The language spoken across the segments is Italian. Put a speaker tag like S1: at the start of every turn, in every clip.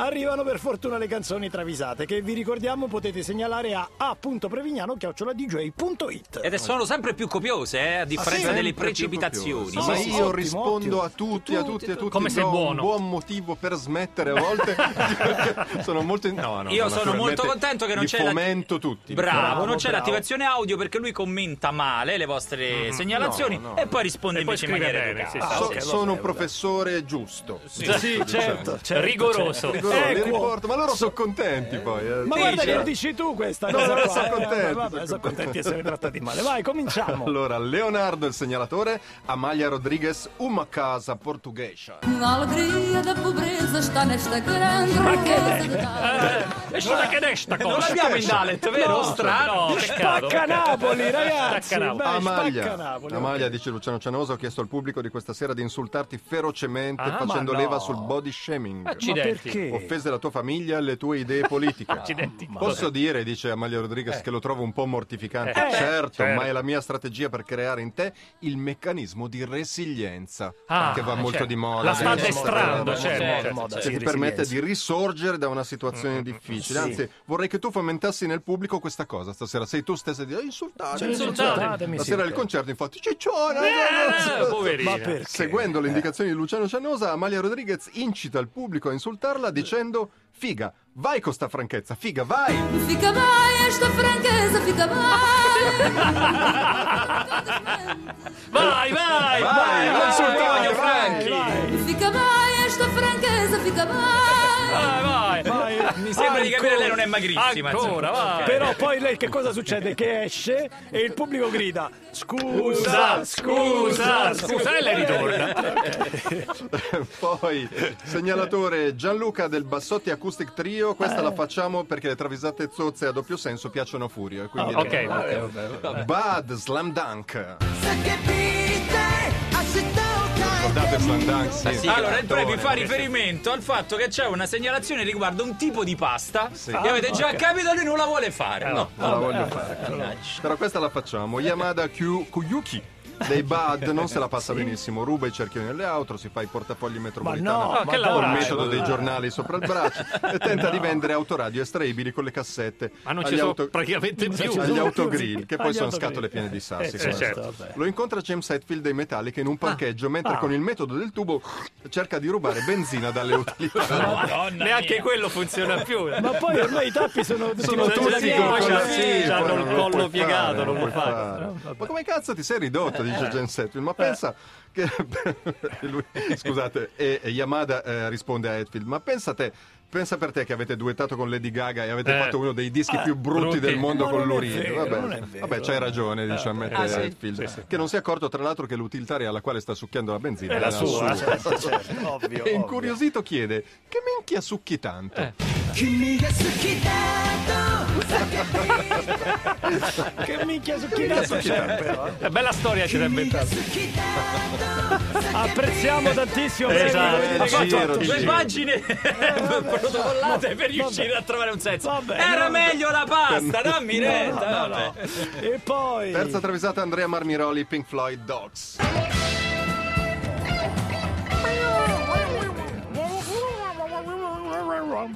S1: arrivano per fortuna le canzoni travisate che vi ricordiamo potete segnalare a a.prevignano.dj.it.
S2: Eh,
S3: Ed è- sono sempre più copiose, eh, a differenza
S1: sì?
S3: delle
S4: Sempre più
S3: precipitazioni.
S4: copiose.
S1: Sì,
S4: Ma
S1: sì,
S4: io
S1: ottimo,
S4: rispondo a tutti, a tutti, a tutti.
S2: Come sei
S4: do
S2: buono.
S4: Un buon motivo per smettere a volte. sono molto. No, no,
S3: Io
S4: no,
S3: sono molto contento
S4: naturalmente
S3: che non
S4: li
S3: c'è la-
S4: Fomento tutti.
S3: Bravo,
S1: Bravo,
S3: non c'è
S1: bravo.
S3: l'attivazione audio perché lui commenta male le vostre segnalazioni
S4: no, no.
S3: e poi risponde
S2: E poi
S3: invece in
S2: scrive
S3: maniera
S2: bene,
S3: educata.
S2: sì, sì,
S4: So-
S3: Ok.
S4: sono un professore giusto. diciamo.
S2: Sì, certo,
S1: certo,
S2: rigoroso.
S4: Loro li
S3: Ecco.
S1: Equo.
S4: riporto, ma loro sono contenti poi. eh.
S1: Ma
S3: Sì,
S1: guarda che
S2: cioè.
S3: certo.
S1: lo dici tu questa
S4: No,
S1: cosa
S4: no,
S1: qua,
S4: sono
S1: eh,
S4: contento,
S1: vabbè,
S4: sono
S1: sono contenti di essere trattati male. Vai, cominciamo.
S4: Allora, Leonardo il segnalatore, Amalia Rodriguez, uma casa portuguesa.
S5: Na alegria da pobreza está nesta grande riqueza de dar.
S2: E sono che destra
S3: Non l'abbiamo in Dalet, vero?
S2: No, certo.
S3: Strano.
S2: no, peccato.
S1: Spacca Napoli, ragazzi.
S2: Eh, Spacca Napoli.
S1: Beh, spacca
S4: Amalia,
S1: Napoli.
S4: Amalia dice Luciano Cianoso, ha chiesto al pubblico di questa sera di insultarti ferocemente
S2: Ah, Eh,
S4: facendo
S1: ma no.
S4: leva sul body shaming.
S1: Ma
S2: Accidenti.
S1: perché?
S4: Offese la tua famiglia, le tue idee politiche.
S2: Accidenti.
S4: Posso dire, dice Amalia Rodriguez, che lo trovo un po' mortificante.
S2: Eh,
S4: certo,
S2: certo.
S4: ma è la mia strategia per creare in te il meccanismo di resilienza,
S2: Ah,
S4: che va
S2: cioè,
S4: molto di moda.
S2: la sta
S4: adesso.
S2: addestrando,
S4: Eh,
S2: certo,
S4: moda,
S2: certo,
S4: moda,
S1: certo.
S4: Che ti
S1: Sì,
S4: permette
S1: resilienza. Mm,
S4: di risorgere da una situazione difficile. Anzi, vorrei che tu fomentassi nel pubblico questa cosa stasera. Sei tu stessa di insultare.
S1: insultatemi, sì.
S4: Stasera al concerto, infatti, cicciona!
S2: Eh, poverina.
S1: Ma perché? Eh.
S4: Seguendo le indicazioni di Luciano Cianosa, Amalia Rodriguez incita il pubblico a insultarla dicendo Figa, vai con sta franchezza, figa, vai!
S5: Fica bem esta franqueza, fica bem.
S2: Vai, vai, vai.
S4: vai,
S3: vai,
S4: vai,
S3: Franchi.
S1: vai,
S5: Fica bem esta franqueza, fica bem.
S2: Vai, vai.
S1: vai, vai.
S3: Mi sembra di capire
S1: Ancora.
S3: lei non è magrissima.
S2: Ancora,
S3: insomma.
S2: vai.
S1: Però poi lei che cosa succede? Che esce e il pubblico grida Scusa,
S2: Scusa, scusa, scusa, e lei ritorna.
S4: Poi, segnalatore Gianluca del Bassotti Acoustic Trio, questa la facciamo perché le travisate zozze a doppio senso piacciono a Furio. e Quindi
S2: Ok,
S4: Bad Slam Dunk.
S6: Guardate
S4: Guardate Slam Dunk, sì.
S3: Allora, il
S4: attore.
S3: Previ fa riferimento al fatto che c'è una segnalazione riguardo un tipo di pasta e avete già capito lui non la vuole fare. No.
S4: Non
S2: Ah,
S4: la
S2: eh,
S4: voglio fare. Però questa la facciamo. Yamada Kyu- Kuyuki dei Bad non se la passa benissimo. Ruba i cerchioni nelle auto, si fa i portafogli
S1: Ma
S4: metropolitana.
S1: no,
S2: Ah,
S1: ma dai,
S2: che
S4: Col
S2: lavoraccio.
S4: metodo dei giornali sopra il braccio e tenta di vendere autoradio estraibili con le cassette
S2: Ma non ci
S4: agli
S2: sono
S4: auto-
S2: praticamente più.
S1: ci sono
S4: agli
S1: più.
S4: autogrill che poi
S1: Agli
S4: sono
S1: autogrill.
S4: scatole piene di sassi
S2: Eh,
S4: questo.
S2: certo.
S4: lo incontra James Hetfield dei Metallica in un parcheggio mentre con il metodo del tubo cerca di rubare benzina dalle utilità
S3: Madonna
S2: Neanche
S3: mia.
S2: quello funziona più.
S1: Ma poi ormai i tappi sono tutti
S4: sono
S1: quanti
S4: tutti
S1: la
S2: con
S1: piazza.
S2: quella-
S1: Sì.
S2: sì, hanno il
S4: non lo
S2: collo
S4: puoi
S2: piegato,
S4: fare,
S2: non Eh. lo
S4: puoi
S2: fai.
S4: fare. Ma come cazzo ti sei ridotto, dice Jen Setfield, ma pensa che lui, scusate, e, e Yamada eh, risponde a Hetfield, ma pensa te Pensa per te che avete duettato con Lady Gaga e avete
S2: Eh.
S4: fatto uno dei dischi più brutti,
S2: brutti.
S4: del mondo
S1: Ma
S4: con
S1: non è
S4: l'urine.
S1: vero, non è
S4: Vabbè,
S1: vero.
S4: vabbè, c'hai ragione,
S2: Eh.
S4: dice a me
S2: Ah,
S4: Hetfield, che non si è accorto tra l'altro che l'utilitaria alla quale sta succhiando la benzina
S2: È la sua. Certo,
S1: Ovvio,
S4: E
S1: ovvio.
S4: incuriosito chiede, che minchia succhi tanto?
S1: Che minchia su chi cazzo c'è però? eh?
S2: È bella storia ci sarebbe inventata.
S1: Apprezziamo tantissimo
S2: Esatto.
S1: Previ.
S4: Eh,
S3: Ha
S1: Ha fatto-
S4: giro,
S3: fatto due
S4: giro.
S3: pagine protocollate per riuscire a trovare un senso.
S1: Vabbè,
S3: Era
S1: no.
S3: meglio la pasta, dammi retta. vabbè.
S1: E poi
S4: Terza travisata Andrea Marmiroli, Pink Floyd Dogs.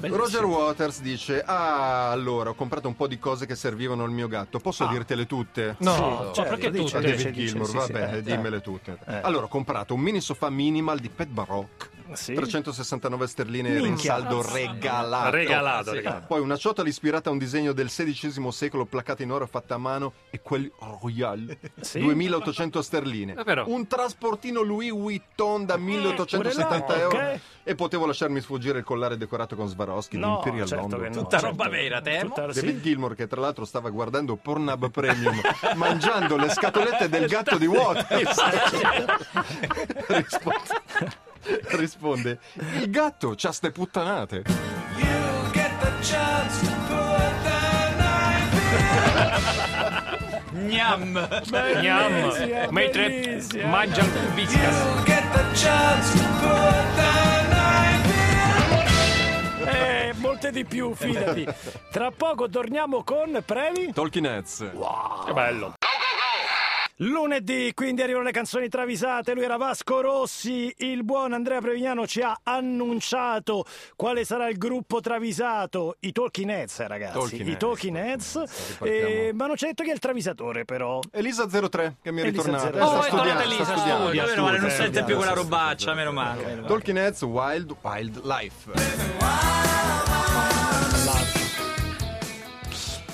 S4: Roger Waters dice: Ah, allora ho comprato un po' di cose che servivano al mio gatto. Posso dirtele tutte?
S2: No,
S3: cioè,
S2: ma
S1: cioè,
S2: perché tu
S4: A
S2: dice,
S4: David Gilmour, vabbè, dimmele tutte.
S1: Eh.
S4: Allora, ho comprato un mini sofà minimal di Pet Baroque.
S1: Sì.
S4: 369 sterline in
S1: Minchia.
S4: saldo regalato.
S2: Regalato, regalato.
S4: Poi una ciotola ispirata a un disegno del XVI secolo placata in oro fatta a mano e quel Royal 2800 sterline.
S2: Eh, però.
S4: Un trasportino Louis Vuitton da 1870
S1: pure Eh, là,
S4: euro
S1: ok.
S4: e potevo lasciarmi sfuggire il collare decorato con Swarovski
S1: No,
S4: di Imperial
S1: certo
S4: London.
S1: che no.
S3: Tutta
S1: certo.
S3: roba vera, Temo.
S1: Tutta- sì.
S4: David Gilmour che tra l'altro stava guardando Pornhub Premium mangiando le scatolette del gatto di Waters
S3: Esatto.
S4: risponde, risponde, il gatto c'ha ste puttanate
S3: Gnam.
S1: Bellissima,
S2: Gnam. Mentre
S1: bellissima.
S2: mangia il biscas.
S1: Eh, molte di più, fidati. Tra poco torniamo con Previ.
S4: Talking Heads
S2: Che bello.
S1: Lunedì, quindi arrivano le canzoni travisate. Lui era Vasco Rossi. Il buon Andrea Prevignano ci ha annunciato quale sarà il gruppo travisato. I Talking Heads, eh, ragazzi.
S4: Talking
S1: I
S4: Heads.
S1: Talking Heads.
S4: Ripartiamo.
S1: Eh, ma non ci ha detto chi è il travisatore, però.
S4: Elisa 03 che mi è
S1: Elisa
S4: ritornata.
S1: 03.
S4: Eh,
S1: Oh,
S4: sta
S1: è
S4: studiando,
S1: tornata
S4: sta
S1: Elisa,
S4: studiando.
S1: studia,
S3: meno male, non
S1: studia,
S3: sente più quella
S1: studia,
S3: robaccia,
S4: Eh,
S3: meno male.
S4: Talking Heads Wild Wild Life.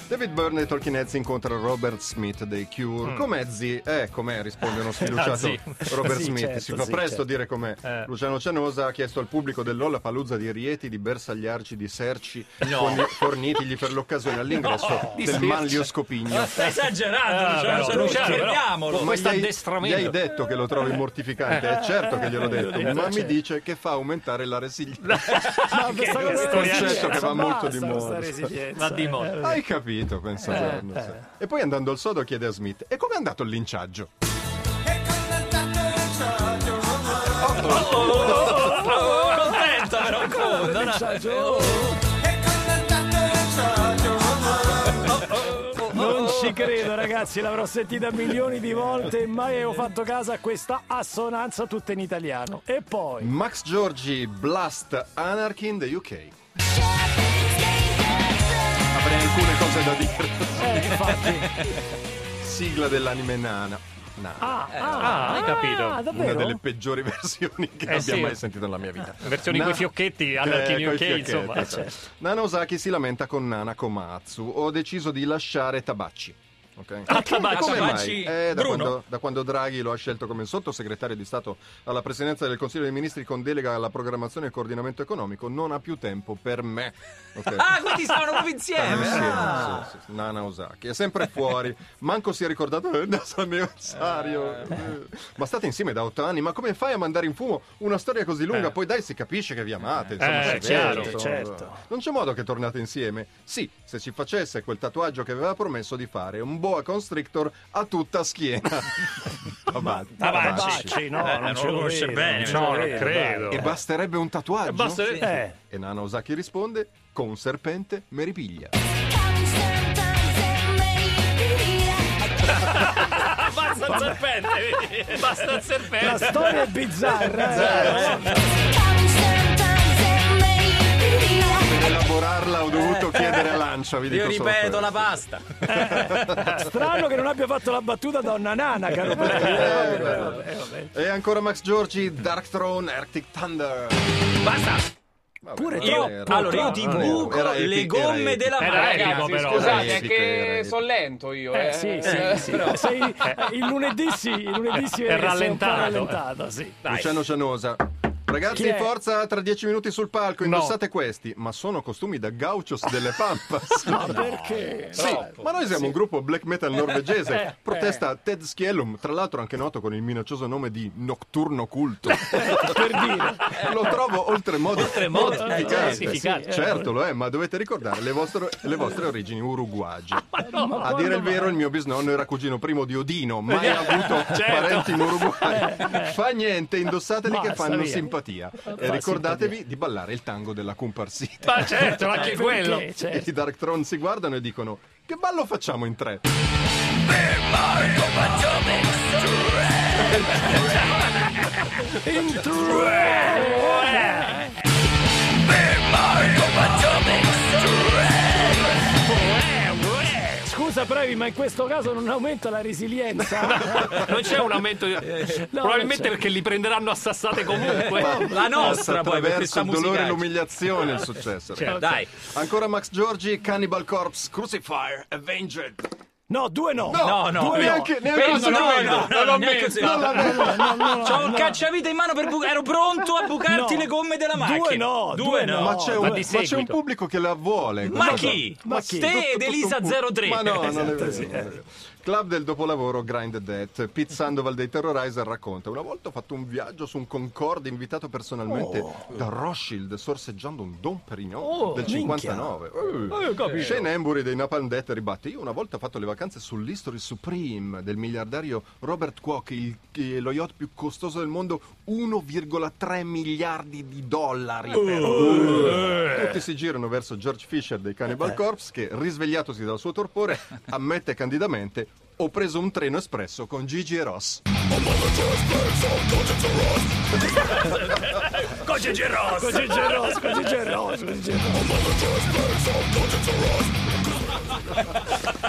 S4: David Byrne e Talking Heads incontrano Robert Smith dei Cure. Com'è zi? Eh, com'è? Risponde uno sfiduciato
S2: Ah, sì.
S4: Robert
S1: Sì,
S4: Smith.
S1: certo,
S4: si fa
S1: sì,
S4: presto
S1: certo.
S4: a dire com'è.
S2: Eh.
S4: Luciano Cianosa ha chiesto al pubblico dell'Ollapaluzza di Rieti di bersagliarci di serci
S3: No.
S4: forni- fornitigli per l'occasione all'ingresso
S3: No, di
S4: del
S3: serci. Esatto,
S4: Manlio Scopigno.
S3: Stai
S2: Ah,
S3: esagerando, diciamo,
S2: però,
S3: Luciano,
S2: Luciano, però.
S3: fermiamolo.
S2: Ma- questo
S4: gli hai-
S2: addestramento.
S4: Gli hai detto che lo trovi mortificante, è certo che gliel'ho detto,
S1: detto,
S4: ma mi
S1: certo.
S4: dice che fa aumentare la resilienza.
S1: Ma questa cosa
S2: questo
S1: non è
S2: concetto
S1: successa,
S4: che va molto
S1: basta
S4: di
S1: con sta
S4: moda.
S1: resilienza,
S2: Va di
S1: eh.
S2: moda.
S4: Hai capito, pensa Giorno, sì. E poi andando al sodo chiede a Smith, e come è andato il linciaggio?
S3: Oh, contento però, contento.
S1: Non ci credo, ragazzi, l'avrò sentita milioni di volte e mai avevo fatto caso a questa assonanza tutta in italiano. E poi.
S4: Max Giorgi, Blast, Anarchy in the UK. Avrei alcune cose da dire.
S1: Eh, infatti.
S4: Sigla dell'anime Nana. Nana.
S1: Ah,
S2: Ah, hai capito.
S1: ah,
S4: Una
S1: davvero?
S4: delle peggiori versioni che
S2: Eh,
S4: abbia
S2: sì.
S4: mai sentito nella mia vita.
S2: Versioni
S4: Na- Eh,
S2: coi fiocchetti, Anarchy
S4: coi
S2: UK,
S4: fiocchetti,
S2: insomma. cioè.
S4: eh, certo. Nana Osaki si lamenta con Nana Komatsu. Ho deciso di lasciare Tabacci. Ok?
S2: Ah, Tabacci.
S4: Come mai?
S3: Tabacci,
S4: Eh, da,
S3: Bruno?
S4: quando, da quando Draghi lo ha scelto come sottosegretario di Stato alla presidenza del Consiglio dei Ministri con delega alla programmazione e coordinamento economico, non ha più tempo per me. Ok?
S3: Ah, quindi stavano proprio insieme.
S4: Sì,
S3: ah.
S4: sì, sì, sì. Nana Osaki è sempre fuori. Manco si è ricordato del nostro anniversario. Eh. Ma state insieme da otto anni. Ma come fai a mandare in fumo una storia così lunga? Poi dai, si capisce che vi amate. Insomma,
S2: Eh,
S4: si vede,
S2: chiaro,
S4: insomma.
S1: certo.
S4: Non c'è modo che tornate insieme. Sì, se ci facesse quel tatuaggio che aveva promesso di fare, un boa constrictor a tutta schiena. Avanti.
S1: Tabacci, Ah, no,
S3: Eh,
S1: non,
S3: non
S1: ce
S3: lo
S1: lo
S3: conosce
S1: vedo,
S3: bene,
S1: ce
S3: no,
S1: lo
S2: non
S1: vedo,
S2: credo.
S4: E basterebbe un tatuaggio?
S2: Basta-
S1: dai. Eh,
S4: E Nana Osaki risponde con serpente me ripiglia.
S2: Basta il serpente, basta il
S1: Eh, la
S2: serpente.
S1: storia è bizzarra. eh.
S4: Per elaborarla ho dovuto chiedere a Lancia, vi dico
S3: Eh. Io
S4: solo
S3: ripeto
S4: questo.
S3: la pasta.
S1: Strano che non abbia fatto la battuta donna nana, caro Previ.
S4: Eh, vabbè. E ancora Max Giorgi, Dark Throne, Arctic Thunder.
S3: Basta.
S4: Vabbè,
S1: Pure
S4: non
S3: Io,
S4: era-
S3: allora, io
S4: non
S3: ti
S4: era-
S3: buco
S4: era epic-
S3: le
S4: era
S3: gomme
S4: epic.
S3: della
S2: Era
S3: macchina.
S2: epico, però.
S6: Scusate,
S4: Era
S6: è
S4: epico, era
S6: che
S4: epico.
S6: sono lento io.
S1: Eh,
S6: Eh,
S1: sì,
S6: Eh,
S1: sì, sì.
S6: però-
S1: Sei- il lunedì sì, il lunedì si vede che sei un
S2: È
S1: po'
S2: rallentato.
S1: rallentato, sì.
S4: Luciano Cianosa.
S1: Chi
S4: Ragazzi,
S1: è?
S4: forza, tra dieci minuti sul palco, indossate questi, ma sono costumi da gauchos delle Pampas.
S1: Perché?
S4: Sì, ma noi siamo un gruppo black metal
S1: Eh,
S4: norvegese, protesta Ted Schielum, tra l'altro anche noto con il minaccioso nome di Nocturno Culto.
S1: Per dire.
S4: Lo trovo oltremodo
S3: Oltremodo, eh,
S4: mortificante.
S2: giustificante.
S4: certo lo è, ma dovete ricordare le vostre, le vostre origini uruguagi.
S1: Ah, Ma
S4: A
S1: quando
S4: dire il
S1: mai? Eh,
S4: vero, il mio bisnonno era cugino primo di Odino, mai avuto
S1: certo.
S4: parenti in Uruguay. Fa niente, indossateli che
S1: Basta,
S4: fanno
S1: via.
S4: simpatia. E ricordatevi di ballare il tango della comparsita.
S2: Ma certo, anche quello.
S1: Perché? Cioè,
S4: I Dark Throne si guardano e dicono: Che ballo facciamo in tre?
S1: Scusa Previ, ma in questo caso non aumenta la resilienza?
S2: Non c'è un aumento. di- Probabilmente
S1: cioè, c'è. Eh,
S2: perché li prenderanno a sassate comunque.
S3: La nostra poi, perché
S4: attraverso
S3: sta Eh,
S4: il dolore e
S3: musicale.
S4: l'umiliazione il successo. ragazzi.
S3: Dai.
S4: Ancora Max Giorgi, Cannibal Corpse, Crucifier, Avenged.
S1: No, due no.
S3: No, no.
S1: Due
S4: Neanche, neanche
S3: Penso,
S4: un
S3: no,
S4: secondo.
S3: no, no, non neanche così.
S4: Non l'aveva.
S3: C'ho il cacciavite in mano per bucare. Ero pronto a bucarti
S1: No.
S3: le gomme della
S1: Due
S3: macchina.
S1: no, due no.
S4: Ma c'è, un,
S2: di
S4: ma c'è un
S2: seguito.
S4: pubblico che la vuole.
S3: Ma
S4: Cosa-
S3: chi?
S1: Ma chi?
S3: Te ed Elisa 03.
S4: Ma no, non è vero, non è vero. Club del dopolavoro Grind Death. Pete Sandoval dei Terrorizer racconta: Una volta ho fatto un viaggio su un Concorde invitato personalmente da Rothschild, sorseggiando un Don Perignon del
S1: minchia.
S4: 59. Eh, Shane Embury dei Napalm Death ribatte: Io una volta ho fatto le vacanze sull'History Supreme del miliardario Robert Kwok, il- che- lo yacht più costoso del mondo, 1,3 miliardi di dollari. per tutti si girano verso George Fisher dei Cannibal Corpse che, risvegliatosi dal suo torpore, ammette candidamente ho preso un treno espresso con Gigi e Ross.
S2: Con Gigi Ross.
S1: Così geroso, così geroso, così geroso.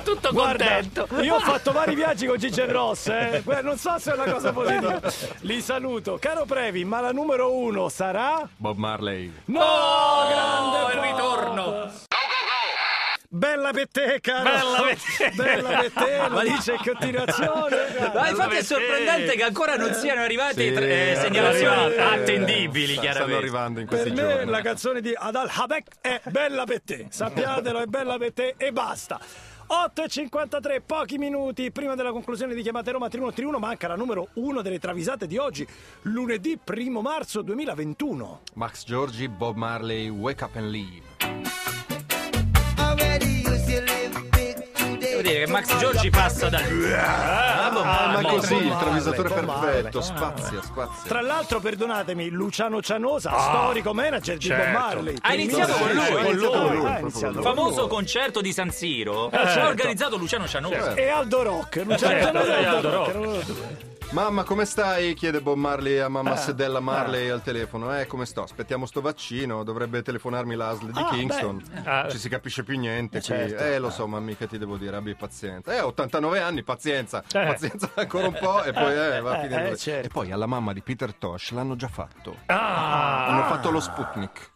S2: Tutto contento.
S1: Guarda, io ho fatto vari viaggi con Gigi Ross, eh. Beh, non so se è una cosa positiva. Li saluto. Caro Previ, ma la numero uno sarà?
S4: Bob Marley.
S1: No,
S2: Oh,
S1: grande
S2: il
S1: Bob!
S2: ritorno.
S1: Bella petteca!
S2: Bella petteca.
S1: Bella petteca, lo dice in continuazione.
S3: Ma infatti è
S2: Dove
S3: sorprendente
S2: sei?
S3: che ancora non siano arrivate
S4: Sì,
S3: tre, eh,
S4: vabbè,
S3: segnalazioni
S1: eh,
S2: attendibili,
S4: sta-
S2: chiaramente.
S4: Stanno arrivando in
S1: Per
S4: questi
S1: me
S2: eh.
S4: giorni.
S1: la canzone di Adal Habek è Bella per te, sappiatelo, è Bella per te e basta. 8.53, pochi minuti prima della conclusione di chiamate Roma 3131, manca la numero 1 delle travisate di oggi, lunedì 1 marzo 2021.
S4: Max Giorgi, Bob Marley, Wake Up and Leave.
S3: Devo dire che Max Giorgi passa da lui.
S4: Ah, ma
S1: Marley,
S4: così,
S1: Bob
S4: il
S1: Marley,
S4: travisatore
S1: Bob
S4: perfetto. Spazia,
S1: Tra
S4: spazia.
S1: l'altro, perdonatemi, Luciano Cianosa, storico manager di Bob
S2: certo.
S1: Marley.
S3: Ha iniziato con lui,
S1: Ha
S3: con
S1: iniziato con
S4: lui,
S1: lui,
S4: proprio
S1: ha iniziato
S4: lui.
S1: con lui.
S3: Famoso concerto di San Siro ci ha
S2: certo.
S3: organizzato Luciano Cianosa.
S1: E Aldo Rock, Luciano
S2: Certo,
S1: Cianosa e
S2: e
S1: Aldo
S2: Aldo
S1: Rock.
S2: Rock.
S1: erano loro due.
S4: Mamma, come stai? chiede Bob Marley a
S1: Ah.
S4: mamma Sedella Marley al telefono. Eh, come sto? Aspettiamo sto vaccino. Dovrebbe telefonarmi l'ASL di
S1: Ah,
S4: Kingston.
S2: Ah.
S4: Ci si capisce più niente. qui.
S1: certo.
S4: Eh, lo so, mamma, che ti devo dire? Abbi pazienza. Eh, 89 anni, pazienza.
S2: Eh.
S4: Pazienza ancora un po' e poi eh, va a
S1: Eh,
S4: finire.
S1: eh,
S4: così.
S1: certo.
S4: E poi alla mamma di Peter Tosh l'hanno già fatto.
S2: Ah,
S4: Hanno fatto lo Sputnik.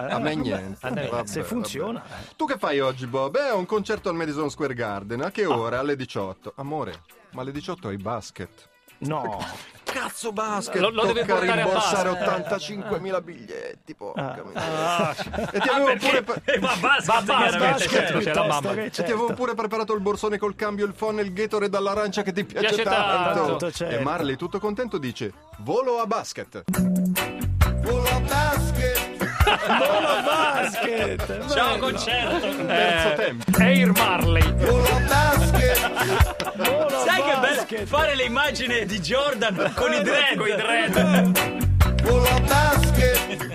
S4: A me niente. Vabbè,
S1: Ah. se
S4: vabbè.
S1: funziona.
S4: Tu che fai oggi, Bob? Eh, ho un concerto al Madison Square Garden. A che
S1: Ah.
S4: ora? Alle 18. Amore, ma alle 18 hai basket.
S1: No,
S4: Cazzo basket!
S2: Lo- lo
S4: Tocca
S2: deve portare a
S4: rimborsare 85.000 biglietti, porca miseria. E ti
S2: ah,
S4: avevo pure...
S2: perché?
S4: pre-
S2: Eh, Ma basta,
S1: Va
S2: chiaramente,
S1: basket
S2: certo, c'è la
S1: piuttosto
S2: mamma.
S1: che-
S4: E ti avevo pure preparato il borsone col cambio, il phon e il gatore dall'arancia che ti piace,
S2: Piace
S4: tanto.
S1: tanto, certo.
S4: E Marley, tutto contento, dice: Volo a basket.
S1: Volo basket!
S3: Ciao concerto.
S4: Terzo tempo.
S2: Air Marley.
S1: Volo
S3: Sai che bello
S1: basket!
S3: fare le immagini di Jordan con i dread.
S2: Con ecco i dread.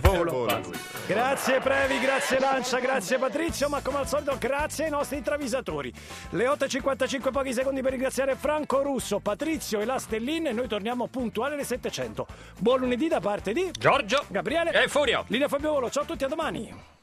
S4: Volo, lui.
S1: Grazie Previ, grazie Lancia, grazie Patrizio, ma come al solito grazie ai nostri travisatori. Le 8.55 pochi secondi per ringraziare Franco Russo, Patrizio e la Stellina e noi torniamo puntuali alle 700. Buon lunedì da parte di
S2: Giorgio.
S1: Gabriele
S2: E Furio.
S1: Linea Fabio Volo, ciao a tutti, a domani!